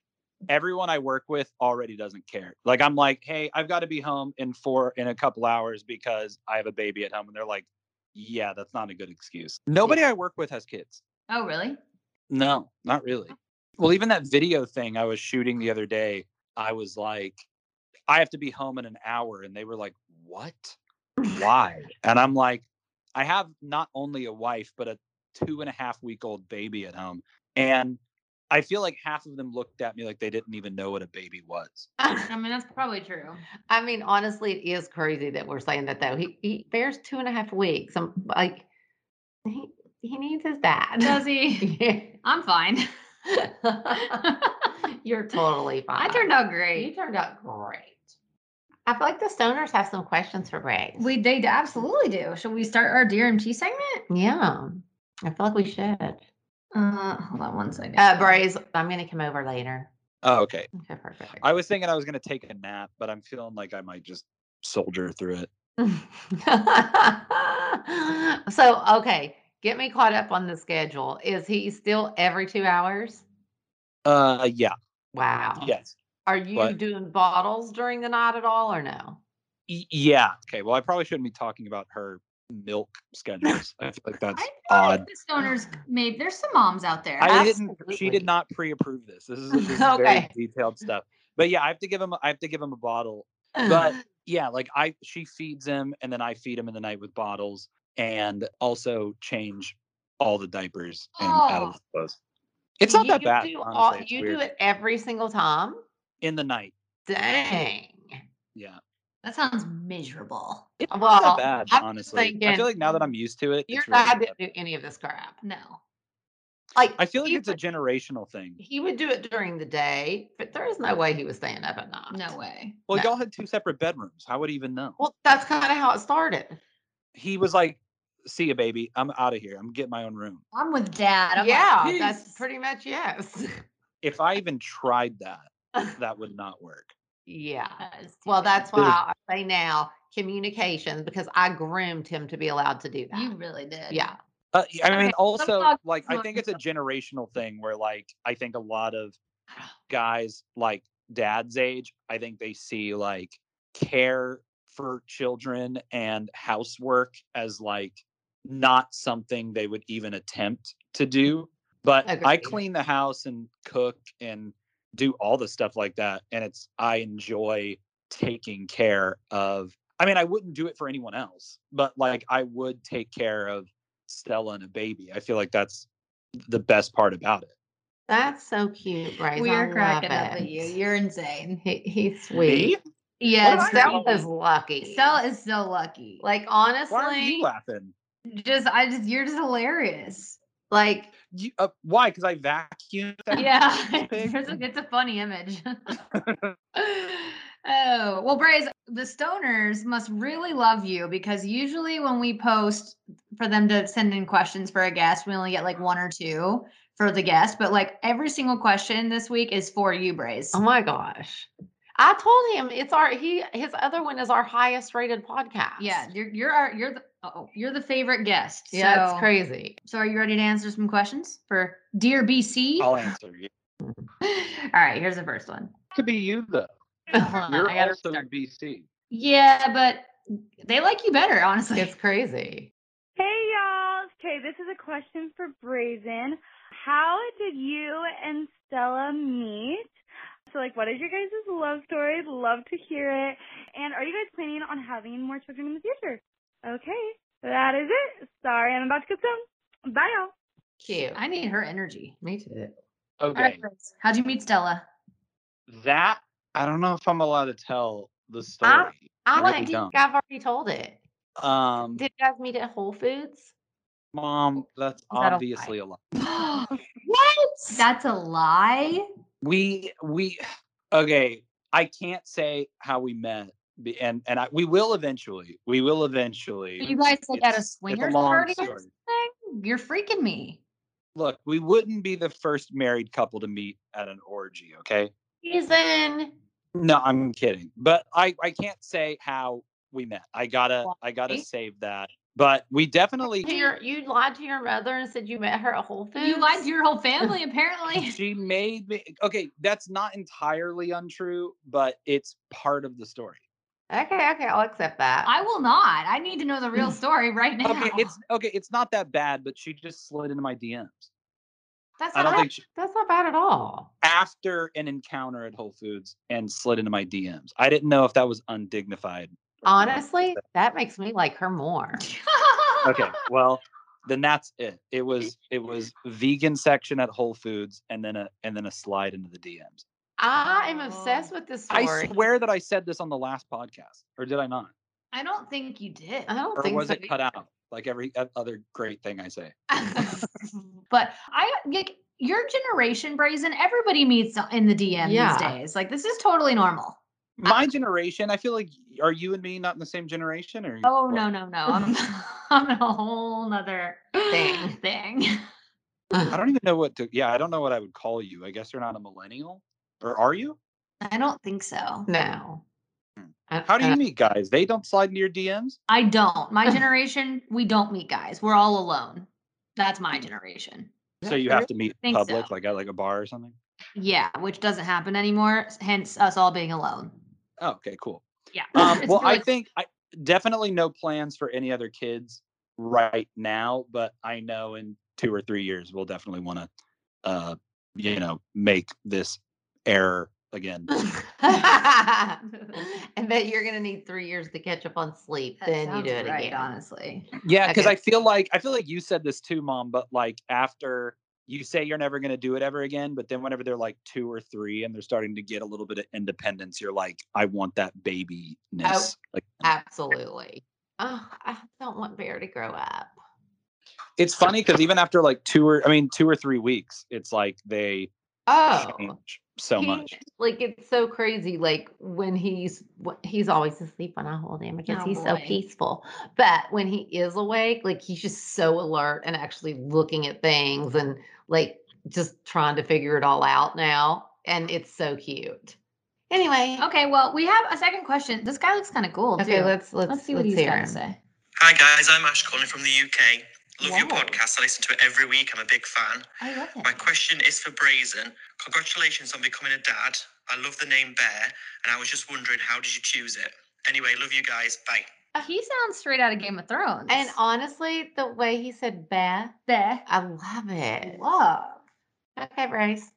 S8: Everyone I work with already doesn't care. Like I'm like, hey, I've got to be home in four in a couple hours because I have a baby at home. And they're like, Yeah, that's not a good excuse. Nobody I work with has kids.
S3: Oh, really?
S8: No, not really. Well, even that video thing I was shooting the other day, I was like, I have to be home in an hour. And they were like, What? Why? and I'm like, I have not only a wife, but a two and a half week old baby at home. And I feel like half of them looked at me like they didn't even know what a baby was.
S3: I mean, that's probably true.
S5: I mean, honestly, it is crazy that we're saying that though. He he bears two and a half weeks. I'm like he he needs his dad.
S3: Does he?
S5: Yeah.
S3: I'm fine.
S5: You're totally fine.
S3: I turned out
S5: You
S3: great.
S5: turned out great. I feel like the stoners have some questions for Greg.
S3: We they absolutely do. Should we start our DRMT segment?
S5: yeah, I feel like we should.
S3: Uh, hold on one second.
S5: Uh, Braze, I'm gonna come over later.
S8: Oh, okay.
S5: Okay, perfect.
S8: I was thinking I was going to take a nap, but I'm feeling like I might just soldier through it.
S5: so okay, get me caught up on the schedule. Is he still every two hours?
S8: Uh, yeah.
S5: Wow.
S8: Yes.
S5: Are you
S8: But-
S5: doing bottles during the night at all or no?
S8: Y- yeah. Okay. Well, I probably shouldn't be talking about her milk schedules. I feel like that's
S3: I feel like
S8: odd.
S3: the stoners, maybe there's some moms out there.
S8: I didn't. She
S5: Absolutely.
S8: did not pre-approve this. This is, this is
S5: Okay.
S8: very detailed stuff. But yeah, I have to give him. I have to give him a bottle. But yeah, like I, she feeds him, and then I feed him in the night with bottles, and also change all the diapers and out of
S3: Oh.
S8: his clothes. It's not
S5: You-
S8: that
S5: you
S8: bad.
S5: Do all-
S8: honestly. It's
S5: you
S8: weird.
S5: do it every single time?
S8: in the night.
S5: Dang.
S8: Yeah.
S3: That sounds miserable.
S8: It's not
S5: Well,
S8: that bad,
S5: I'm just
S8: honestly. I
S5: thinking- mm,
S8: feel like now that I'm used to it,
S5: Your
S8: it's really
S5: dad
S8: not that-
S5: didn't do any of this crap.
S3: No.
S5: Like
S8: I feel like
S5: he
S8: it's a
S5: would-
S8: generational thing.
S5: he would do it during the day, but there is no way he was staying up at night.
S3: No way.
S8: Well,
S5: No.
S8: y'all had two separate bedrooms. How would he even know?
S5: Well, that's kind of how it started.
S8: He was like, "See ya, baby. I'm out of here. I'm getting my own room."
S3: I'm with dad. I'm like,
S5: yeah, that's
S3: "Peace."
S5: pretty much yes.
S8: If I even tried that, that would not work.
S5: yeah.
S3: That is too
S5: Well,
S3: bad.
S5: that's why I say now communication because I groomed him to be allowed to do that.
S3: you really did.
S5: yeah.
S8: Uh, I mean,
S3: Okay,
S8: also,
S3: talk
S8: like, I
S3: about
S8: think it's a generational thing where, like, I think a lot of guys, like dad's age, I think they see like care for children and housework as like not something they would even attempt to do. But I
S5: Agreed.
S8: clean the house and cook and do all the stuff like that. And it's, I enjoy taking care of, I mean, I wouldn't do it for anyone else, but like I would take care of Stella and a baby. I feel like that's the best part about it.
S5: That's so cute, right?
S3: We are cracking up at you. You're insane.
S5: he, he's sweet.
S3: Yeah,
S5: Well,
S3: it's
S5: Stella
S3: crazy.
S5: is lucky.
S3: Stella is so lucky. Like
S5: like honestly,
S8: Why are you laughing?
S3: just I just you're just hilarious.
S5: like
S8: You, uh, why? Because I vacuum.
S3: Yeah. it's, a, it's a funny image. oh, well, Braze, the stoners must really love you because usually when we post for them to send in questions for a guest, we only get like one or two for the guest, but like every single question this week is for you, Braze.
S5: Oh my gosh. I told him it's our he his other one is our highest rated podcast.
S3: Yeah, you're you're our, you're the oh you're the favorite guest.
S5: Yeah, it's
S3: so-
S5: crazy.
S3: So are you ready to answer some questions for dear BC?
S8: I'll answer you.
S3: All right, here's the first one.
S8: To be you though.
S5: Hold
S3: Uh-huh,
S5: on,
S8: You're
S5: I gotta
S8: also
S5: start.
S8: BC.
S3: Yeah, but they like you better, honestly.
S5: It's crazy.
S9: Hey y'all. Okay, this is a question for Brazen. How did you and Stella meet? So like what is your guys' love story? Love to hear it. And are you guys planning on having more children in the future? Okay. That is it. Sorry, I'm about to get some. Bye y'all.
S5: Cute.
S3: I need her energy.
S5: Me too.
S8: Okay.
S3: All right, Rose, how'd you meet Stella?
S8: That I don't know if I'm allowed to tell
S3: Ah,
S8: the story.
S5: I
S8: Really
S5: think
S8: don't.
S5: I've already told it.
S8: Um
S5: Did you guys meet at Whole Foods?
S8: mom, that's
S5: that a lie?
S8: obviously a lie.
S5: what?
S3: That's a lie.
S8: We we okay. I can't say how we met. be- And and I, we will eventually. We will eventually.
S3: You guys like at a
S8: It's- it's a
S3: swingers
S8: long
S3: party or
S8: story.
S3: something? You're freaking me.
S8: Look, we wouldn't be the first married couple to meet at an orgy, okay?
S5: Reason.
S8: No, I'm kidding. But I I can't say how we met. I gotta I gotta
S5: Why?
S8: save that. But we definitely
S5: To your, you lied to your mother and said you met her at Whole Foods.
S3: You lied to your whole family, apparently.
S8: she made me okay. That's not entirely untrue, but it's part of the story.
S5: Okay, okay, I'll accept that.
S3: I will not. I need to know the real story right now.
S8: Okay, it's okay. It's not that bad, but she just slid into my DMs
S5: that's
S8: I
S5: not
S8: don't
S5: bad.
S8: think she-
S5: that's not bad at all.
S8: after an encounter at Whole Foods and slid into my DMs. I didn't know if that was undignified. or not.
S5: Honestly, that makes me like her more.
S8: Okay, well, then that's it. It was it was vegan section at Whole Foods and then a and then a slide into the DMs.
S5: I am
S3: Oh.
S5: obsessed with this story.
S8: I swear that I said this on the last podcast, or did I not?
S3: I don't think you did.
S5: I don't
S8: Or
S5: think
S8: was
S5: so.
S8: it cut out like every o- other great thing I say?
S3: but I like your generation, Brazen. Everybody meets in the DM
S5: Yeah.
S3: these days. Like this is totally normal.
S8: My generation, I feel like are you and me not in the same generation? Or
S3: Oh
S8: what?
S3: no no no! I'm I'm in a whole nother
S5: Thing.
S3: thing.
S8: I don't even know what to. Yeah, I don't know what I would call you. I guess you're not a millennial, or are you?
S3: I don't think so.
S5: No.
S8: Hmm.
S5: I-
S8: How do
S5: I
S3: Uh,
S8: you meet guys? They don't slide into your DMs.
S3: I don't. My generation, we don't meet guys. We're all alone. That's my generation.
S8: So you have to meet
S3: Think
S8: public,
S3: so.
S8: like at like a bar or something.
S3: Yeah, which doesn't happen anymore, hence us all being alone.
S8: Oh, okay, cool.
S3: Yeah.
S8: Um,
S3: It's
S8: well, I
S3: really-
S8: think I definitely no plans for any other kids right now, but I know in two or three years we'll definitely want to, uh, you know, make this error again.
S5: and that you're gonna need three years to catch up on sleep.
S3: That
S5: then you
S3: sounds
S5: do it
S3: right,
S5: again.
S3: honestly.
S8: Yeah, because
S5: Okay.
S8: I feel like I feel like you said this too, mom. But like after you say you're never going to do it ever again, but then whenever they're like two or three and they're starting to get a little bit of independence, you're like, I want that babyness. Like,
S5: Absolutely. Oh, I don't want Bear to grow up.
S8: it's funny because even after like two or I mean two or three weeks, it's like they
S5: Oh,
S8: change so
S5: he-
S8: much.
S5: Like it's so crazy. Like when he's wh- he's always asleep when I hold him because
S3: Oh,
S5: he's so
S3: boy.
S5: peaceful. But when he is awake, like he's just so alert and actually looking at things and like just trying to figure it all out now. And it's so cute. Anyway,
S3: Okay, well, we have a second question. This guy looks kind of cool.
S5: okay,
S3: Oh, too.
S5: let's let's
S3: Let's see what
S5: let's
S3: he's
S5: hear
S3: got to
S5: him.
S3: say.
S4: Hi guys, I'm Ash calling from the UK. Love your
S3: Wow.
S4: podcast. I listen to it every week. I'm a big fan.
S3: I love him.
S4: My question is for Brazen. Congratulations on becoming a dad. I love the name Bear, and I was just wondering how did you choose it? Anyway, love you guys. Bye.
S3: Uh, He sounds straight out of Game of Thrones.
S5: And honestly, the way he said "bah,"
S3: there,
S5: I love it.
S3: love.
S5: Okay, Bryce.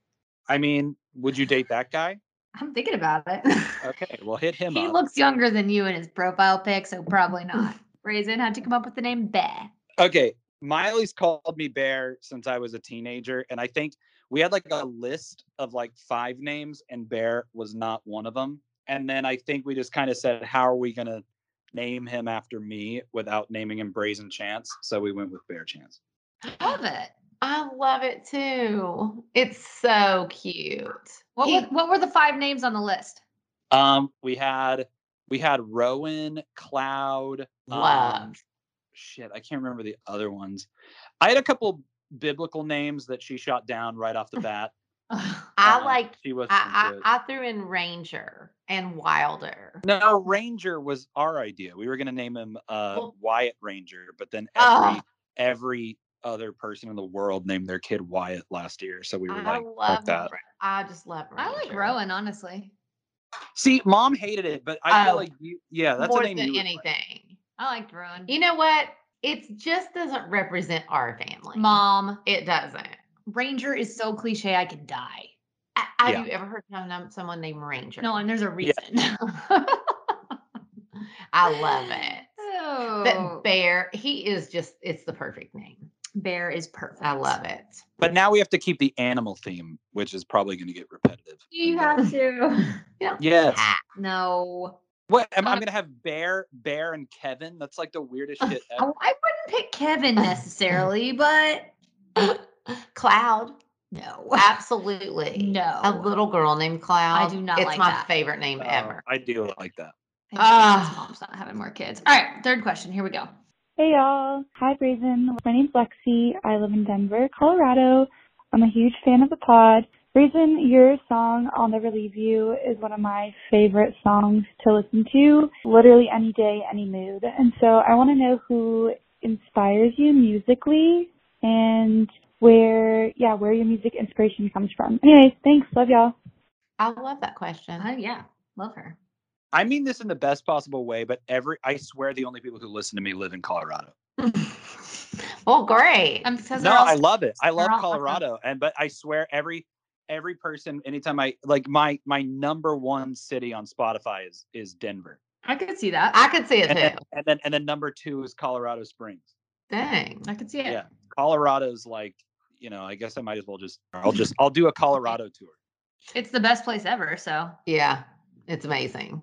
S8: I mean, would you date that guy?
S3: I'm thinking about it.
S8: Okay, well hit him
S3: he
S8: up.
S3: looks younger than you in his profile pic, so probably not. Raisin, how'd you come up with the name Bear?
S8: okay, Miley's called me Bear since I was a teenager, and I think we had like a list of like five names, and Bear was not one of them. And then I think we just kind of said, "How are we gonna name him after me without naming him Brazen Chance?" So we went with Bear Chance.
S3: Love it.
S5: I love it too. It's so cute.
S3: What,
S5: He-
S3: were, what were the five names on the list?
S8: Um, we had we had Rowan, Cloud, um,
S5: Love.
S8: shit, I can't remember the other ones. I had a couple biblical names that she shot down right off the bat.
S5: I
S8: Uh,
S5: like.
S8: she was
S5: I, I I threw in Ranger and Wilder.
S8: No, Ranger was our idea. We were gonna name him uh
S5: Well-
S8: Wyatt Ranger, but then every
S5: Oh.
S8: every other person in the world named their kid Wyatt last year. So we were
S5: I
S8: like,
S5: love.
S8: that.
S5: Ra- I just love. Ranger.
S3: I like Rowan, honestly.
S8: see, mom hated it, but I feel
S5: Oh.
S8: like you yeah, that's
S5: more
S8: a name you
S5: than
S8: would like.
S5: anything.
S3: I liked Rowan.
S5: You know what? It just doesn't represent our family.
S3: Mom,
S5: It doesn't.
S3: Ranger is so cliche, I could die.
S5: I, have
S8: Yeah.
S5: you ever heard someone- someone named Ranger?
S3: No, and there's a reason.
S5: I love it.
S3: Oh.
S5: But Bear, he is just, it's the perfect name.
S3: Bear is perfect.
S5: I love it.
S8: But now we have to keep the animal theme, which is probably going to get repetitive.
S3: You
S8: And, uh,
S3: have to.
S8: yes.
S5: Ah,
S3: No.
S8: What am I
S3: Um,
S8: going to have? Bear, Bear, and Kevin. That's like the weirdest shit
S3: I
S8: ever.
S3: wouldn't pick Kevin necessarily, but
S5: Cloud,
S3: no.
S5: absolutely. A
S3: No.
S5: little girl named Cloud.
S3: do not
S5: It's
S3: like
S5: my
S3: that. Oh.
S5: favorite name
S8: Uh,
S5: ever.
S8: I do like that.
S3: I
S5: Ah.
S3: think mom's not having more kids. All right, third question. Here we go.
S9: Hey y'all. Hi Brazen. My name's Lexi. I live in Denver, Colorado. I'm a huge fan of the pod. Brazen, your song I'll Never Leave You is one of my favorite songs to listen to, literally any day, any mood. And so I want to know who inspires you musically and where, yeah, where your music inspiration comes from. Anyways, thanks. Love y'all.
S5: I love that question.
S3: Oh yeah, love her.
S8: I mean this in the best possible way, but every I swear the only people who listen to me live in Colorado.
S5: well, great.
S3: Um, because
S8: No,
S3: they're all
S8: I love it. I love
S3: all uh-huh. awesome.
S8: Colorado, and but I swear every every person, anytime I like my my number one city on Spotify is is Denver,
S3: I could see that.
S5: I could see it
S8: and then,
S5: too.
S8: and then and then number two is Colorado Springs.
S5: Dang.
S3: I could see it.
S8: yeah colorado's like you know i guess i might as well just i'll just i'll do a colorado tour
S3: It's the best place ever. So
S5: Yeah. It's amazing.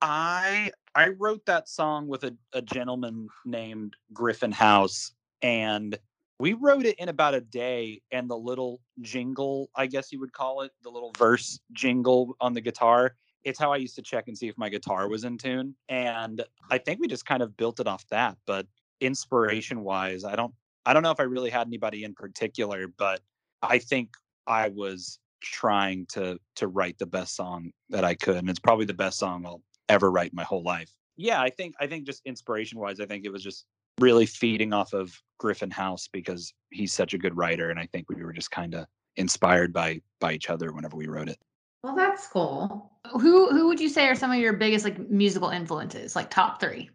S8: i i wrote that song with a, a gentleman named griffin house and we wrote it in about a day and the little jingle i guess you would call it the little verse jingle on the guitar it's how i used to check and see if my guitar was in tune and i think we just kind of built it off that but inspiration wise i don't i don't know if i really had anybody in particular but i think i was trying to to write the best song that i could and it's probably the best song i'll ever write in my whole life yeah i think i think just inspiration wise i think it was just really feeding off of griffin house because he's such a good writer and i think we were just kind of inspired by by each other whenever we wrote it.
S5: Well, that's cool.
S3: Who who would you say are some of your biggest like musical influences, like top three?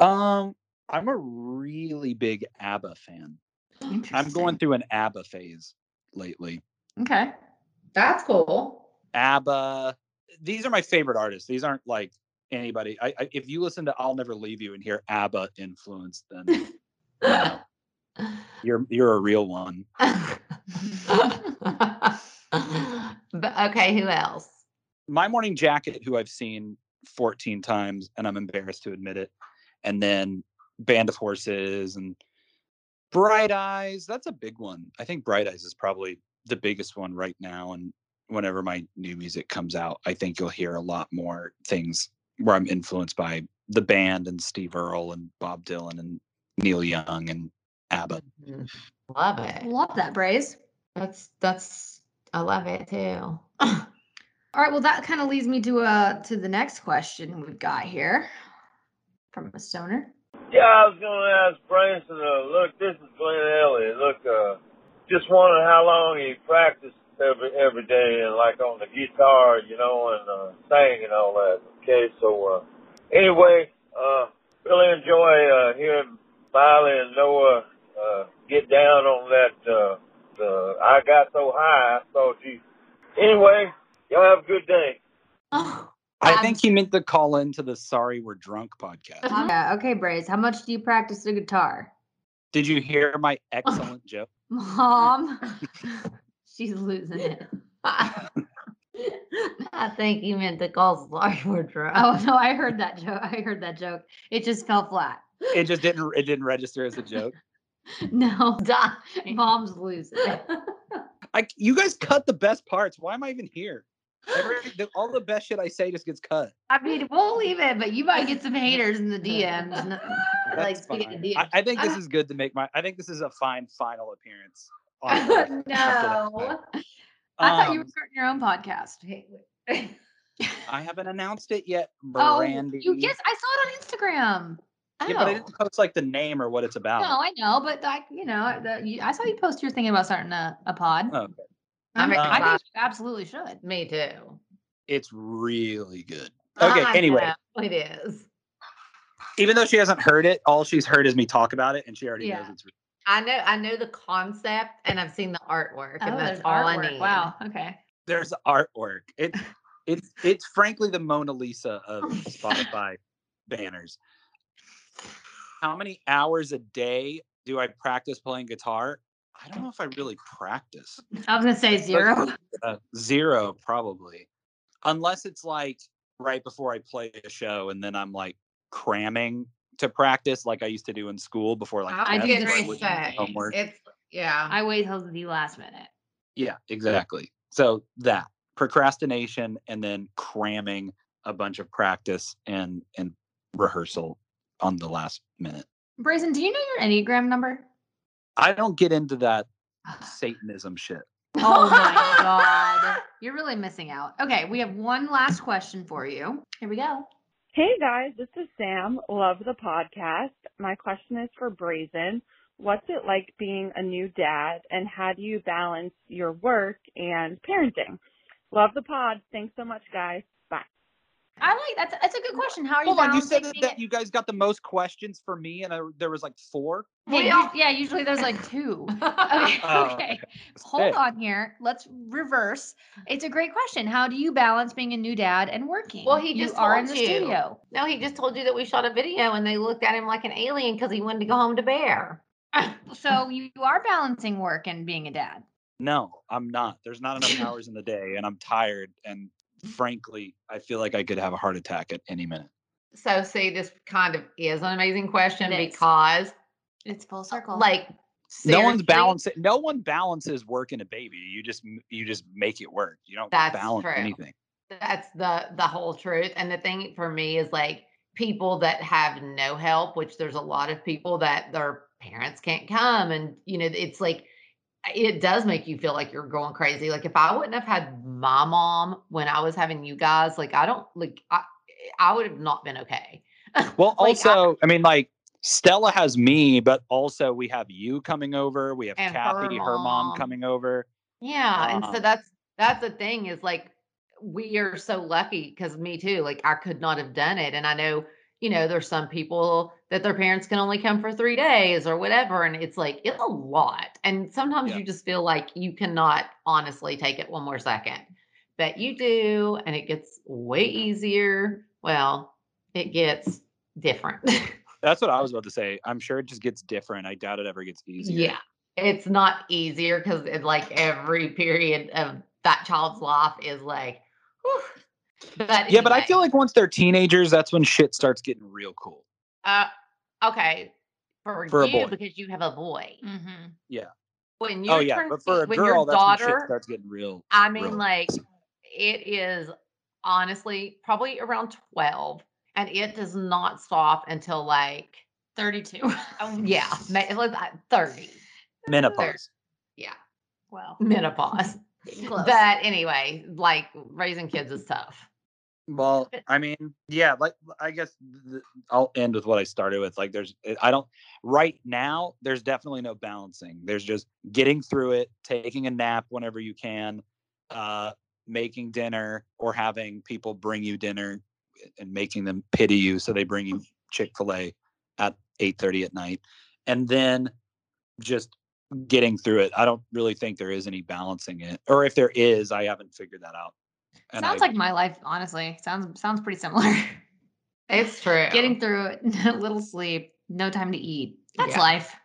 S8: Um, I'm a really big ABBA fan. I'm going through an ABBA phase lately.
S3: Okay.
S5: That's cool.
S8: ABBA. These are my favorite artists. These aren't like anybody. I, I if you listen to "I'll Never Leave You" and hear ABBA influence, then wow, you're you're a real one.
S5: But okay, who else?
S8: My Morning Jacket, who I've seen 14 times, and I'm embarrassed to admit it. And then Band of Horses and Bright Eyes. That's a big one. I think Bright Eyes is probably the biggest one right now. And whenever my new music comes out, I think you'll hear a lot more things where I'm influenced by the band and Steve Earle and Bob Dylan and Neil Young and ABBA.
S5: Mhm. Love it.
S3: Love that, Braze.
S5: That's that's I love it too.
S3: All right, well that kind of leads me to uh to the next question we've got here from a stoner.
S10: Yeah, I was going to ask Branson, uh, look, this is Glenn Elliott. Look, uh, just wondering how long he practiced every every day, and like on the guitar, you know, and uh, sang and all that. Okay, so uh, anyway, uh, really enjoy uh, hearing Miley and Noah uh, get down on that. Uh, the I got so high, I thought you. Anyway, y'all have a good day.
S5: Oh,
S8: I think he meant to call into the Sorry We're Drunk podcast.
S3: yeah, okay, Braze. How much do you practice the guitar?
S8: Did you hear my excellent joke?
S3: Mom. She's losing it.
S5: I think you meant to call sorry we're drunk.
S3: Oh no, I heard that joke. I heard that joke. It just fell flat.
S8: It just didn't it didn't register as a joke.
S3: No, duh. mom's losing it.
S8: I you guys cut the best parts. Why am I even here? Every, the, all the best shit I say just gets cut.
S3: I mean, we'll leave it, but you might get some haters in the DMs. No-
S8: That's
S3: speaking of
S8: fine.
S3: DMs.
S8: I, I think this is good to make my. I think this is a fine final appearance. on-
S3: no,
S8: after
S3: I thought you were
S8: Um,
S3: starting your own podcast. Hey, wait.
S8: I haven't announced it yet,
S3: oh,
S8: Brandy.
S3: you yes, I saw it on Instagram. Oh,
S8: Yeah, but I didn't post like the name or what it's about.
S3: no, I know, but I, you know, the, you, I saw you post your thing about starting a, a pod.
S8: Oh, okay.
S3: I,
S5: I'm
S3: mean, I
S5: excited.
S3: think you absolutely should.
S5: Me too.
S8: It's really good.
S3: Ah,
S8: Okay.
S5: I
S8: anyway,
S5: know it is.
S8: even though she hasn't heard it, all she's heard is me talk about it, and she already knows
S3: Yeah.
S8: it's.
S5: I know I know the concept and I've seen the artwork and
S3: Oh, there's
S5: that's all I
S3: artwork.
S5: need.
S3: Wow. Okay.
S8: There's artwork. It, it's it's frankly the Mona Lisa of Spotify banners. How many hours a day do I practice playing guitar? I don't know if I really practice.
S3: I was gonna say zero.
S8: Uh, zero, probably. Unless it's like right before I play a show and then I'm like cramming to practice like I used to do in school before like
S3: I
S8: tests
S3: did
S8: where
S3: the
S8: wouldn't do
S5: same.
S8: homework.
S5: It's yeah.
S3: I wait till the last minute.
S8: Yeah, exactly. So that procrastination and then cramming a bunch of practice and and rehearsal on the last minute.
S3: Brazen, do you know your Enneagram number?
S8: I don't get into that Satanism shit.
S3: Oh my god. You're really missing out. Okay, we have one last question for you. Here we go.
S9: Hey guys, this is Sam. Love the podcast. My question is for Brazen. What's it like being a new dad and how do you balance your work and parenting? Love the pod. Thanks so much guys. Bye.
S3: I like that's that's a good question. How are you
S8: Hold on, you
S3: balancing
S8: said that,
S3: being
S8: that you guys got the most questions for me, and I, there was like four.
S3: a- Hey,
S5: We
S3: you-
S5: all-
S3: yeah, usually there's like two. Okay,
S8: Oh,
S3: okay.
S8: Sick.
S3: Hold on here. Let's reverse. It's a great question. How do you balance being a new dad and working?
S5: Well, he
S3: You
S5: just
S3: are in the
S5: told you.
S3: studio.
S5: No, he just told you that we shot a video and they looked at him like an alien because he wanted to go home to bear.
S3: So you you are balancing work and being a dad.
S8: No, I'm not. There's not enough hours in the day, and I'm tired. And frankly, I feel like I could have a heart attack at any minute.
S5: So see, this kind of is an amazing question
S3: It is.
S5: because
S3: It's full circle.
S5: like
S8: No one's
S5: seriously,
S8: balancing. No one balances work and a baby. You just m- you just make it work. You don't
S5: That's
S8: balance
S5: true.
S8: anything.
S5: That's the the whole truth. And the thing for me is like people that have no help, which there's a lot of people that their parents can't come, and you know, it's like it does make you feel like you're going crazy. Like if I wouldn't have had my mom when I was having you guys, like I don't like I I would have not been okay.
S8: Well,
S5: Like, I-
S8: also, I, mean, like Stella has me, but also we have you coming over. We have
S5: And her
S8: Kathy, her mom.
S5: mom.
S8: coming over.
S5: Yeah, and so
S8: Um,
S5: that's that's the thing is like we are so lucky because me too. Like I could not have done it, and I know you know there's some people that their parents can only come for three days or whatever, and it's like it's a lot. And sometimes
S8: Yeah.
S5: you just feel like you cannot honestly take it one more second, but you do, and it gets way easier. Well, it gets different.
S8: That's what I was about to say. I'm sure it just gets different. I doubt it ever gets easier.
S5: Yeah. It's not easier because like every period of that child's life is like, whew. but
S8: Yeah, but I
S5: anyway,
S8: feel like once they're teenagers, that's when shit starts getting real cool.
S5: uh, okay, for,
S8: For a
S5: you
S8: boy.
S5: because you have a boy.
S3: Mm. Mm-hmm.
S8: Yeah.
S5: When you
S8: Oh yeah,
S5: turn,
S8: but for a
S5: when your
S8: girl, that's when shit
S5: daughter,
S8: starts getting real.
S5: I
S8: real.
S5: mean, like it is honestly probably around twelve, and it does not stop until like
S3: 32.
S5: yeah, ma- it was uh, thirty.
S8: menopause.
S5: Yeah,
S3: Wow.
S5: menopause.
S3: Close.
S5: But anyway, like raising kids is tough.
S8: Well, I mean, yeah, like I guess th- I'll end with what I started with. Like, there's, eh, I don't, right now, there's definitely no balancing. There's just getting through it, taking a nap whenever you can, uh, making dinner or having people bring you dinner eh, and making them pity you. So they bring you Chick fil A at 8 30 at night. And then just getting through it. I don't really think there is any balancing it. Or if there is, I haven't figured that out. And
S3: sounds
S8: I-
S3: like my life, honestly. Sounds sounds pretty similar.
S5: It's true.
S3: Getting through it, little sleep, no time to eat. That's
S5: Yeah.
S3: life.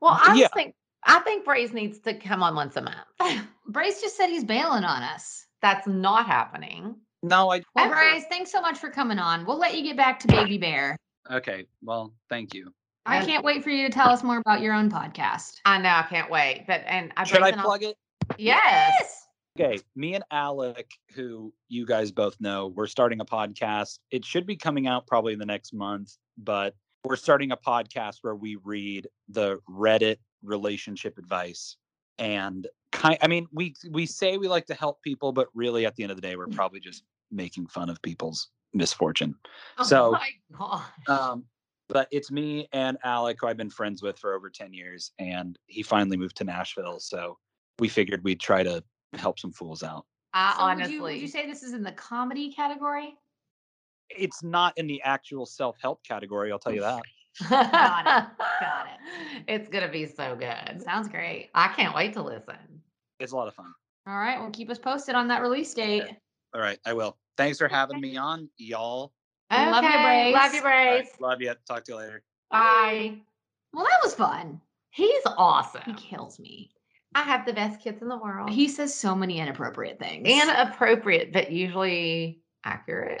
S5: Well, I
S8: Yeah.
S5: just think I think Braze needs to come on once a month.
S3: Brace just said he's bailing on us.
S5: That's not happening.
S8: no, I
S3: Well,
S5: Ever.
S3: Brace, thanks so much for coming on. We'll let you get back to Baby Bear.
S8: Okay. Well, thank you.
S3: I
S5: And-
S3: can't wait for you to tell us more about your own podcast.
S5: I know. I can't wait. But and I
S8: Should I
S5: Brazen al-
S8: plug it?
S5: Yes.
S8: Okay. Me and Alec, who you guys both know, we're starting a podcast. It should be coming out probably in the next month, but we're starting a podcast where we read the Reddit relationship advice and kind I mean, we we say we like to help people, but really at the end of the day, we're
S5: Mm.
S8: probably just making fun of people's misfortune. So-
S5: oh my god.
S8: Um, but it's me and Alec, who I've been friends with for over 10 years, and he finally moved to Nashville. So we figured we'd try to help some fools out.
S5: I
S3: So would
S5: Uh, honestly.
S3: you, would you say this is in the comedy category?
S8: It's not in the actual self help category, I'll tell you that.
S3: Got it. Got
S5: It's gonna be so good.
S3: Sounds great.
S5: I can't wait to listen.
S8: It's a lot of fun.
S3: All right. Well, keep us posted on that release date.
S8: All right, I will. Thanks for having me on, y'all.
S3: Love your
S5: Okay, Love
S3: Braze.
S5: your
S8: All right,
S5: Braze.
S8: love you. Talk to you later.
S5: Bye.
S3: Well, that was fun.
S5: He's
S3: He
S5: awesome.
S3: kills me.
S5: I have the best kids in the world.
S3: He says so many inappropriate things.
S5: inappropriate, but usually accurate.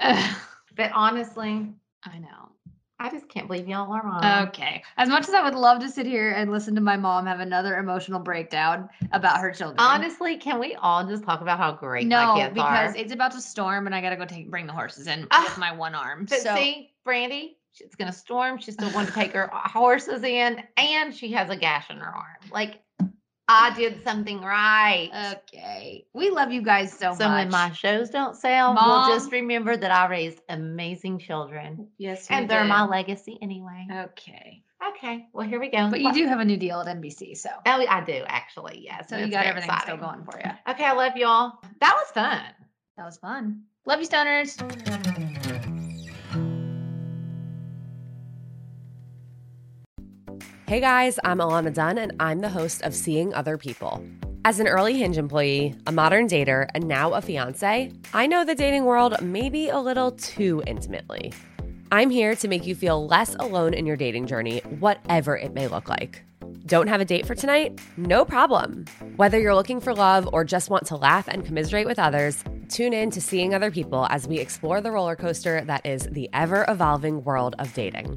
S5: but honestly,
S3: I know.
S5: I just can't believe y'all are wrong.
S3: Okay. As much as I would love to sit here and listen to my mom have another emotional breakdown about her children.
S5: Honestly, can we all just talk about how great my
S3: no,
S5: kids
S3: because
S5: are?
S3: it's about to storm and I gotta go take bring the horses in
S5: Ah,
S3: with my one arm.
S5: but
S3: so
S5: see, Brandy, it's gonna storm. She still wanted to take her horses in, and she has a gash in her arm. Like I did something right.
S3: okay, we love you guys Uh, so
S5: so
S3: much.
S5: when my shows don't sell,
S3: Mom.
S5: we'll just remember that I raised amazing children,
S3: yes, we
S5: and they're my
S3: did.
S5: legacy anyway.
S3: okay.
S5: Okay, well here we go.
S3: But you do have a new deal at NBC, so
S5: Oh, I do actually. Yes.
S3: so
S5: and
S3: you
S5: it's
S3: got
S5: very
S3: everything still
S5: exciting.
S3: going for you.
S5: Okay, I love y'all. That was fun.
S3: That was fun. Love you, stoners.
S11: Hey guys, I'm Alana Dunn, and I'm the host of Seeing Other People. As an early Hinge employee, a modern dater, and now a fiance, I know the dating world maybe a little too intimately. I'm here to make you feel less alone in your dating journey, whatever it may look like. Don't have a date for tonight? No problem. Whether you're looking for love or just want to laugh and commiserate with others, tune in to Seeing Other People as we explore the roller coaster that is the ever evolving world of dating.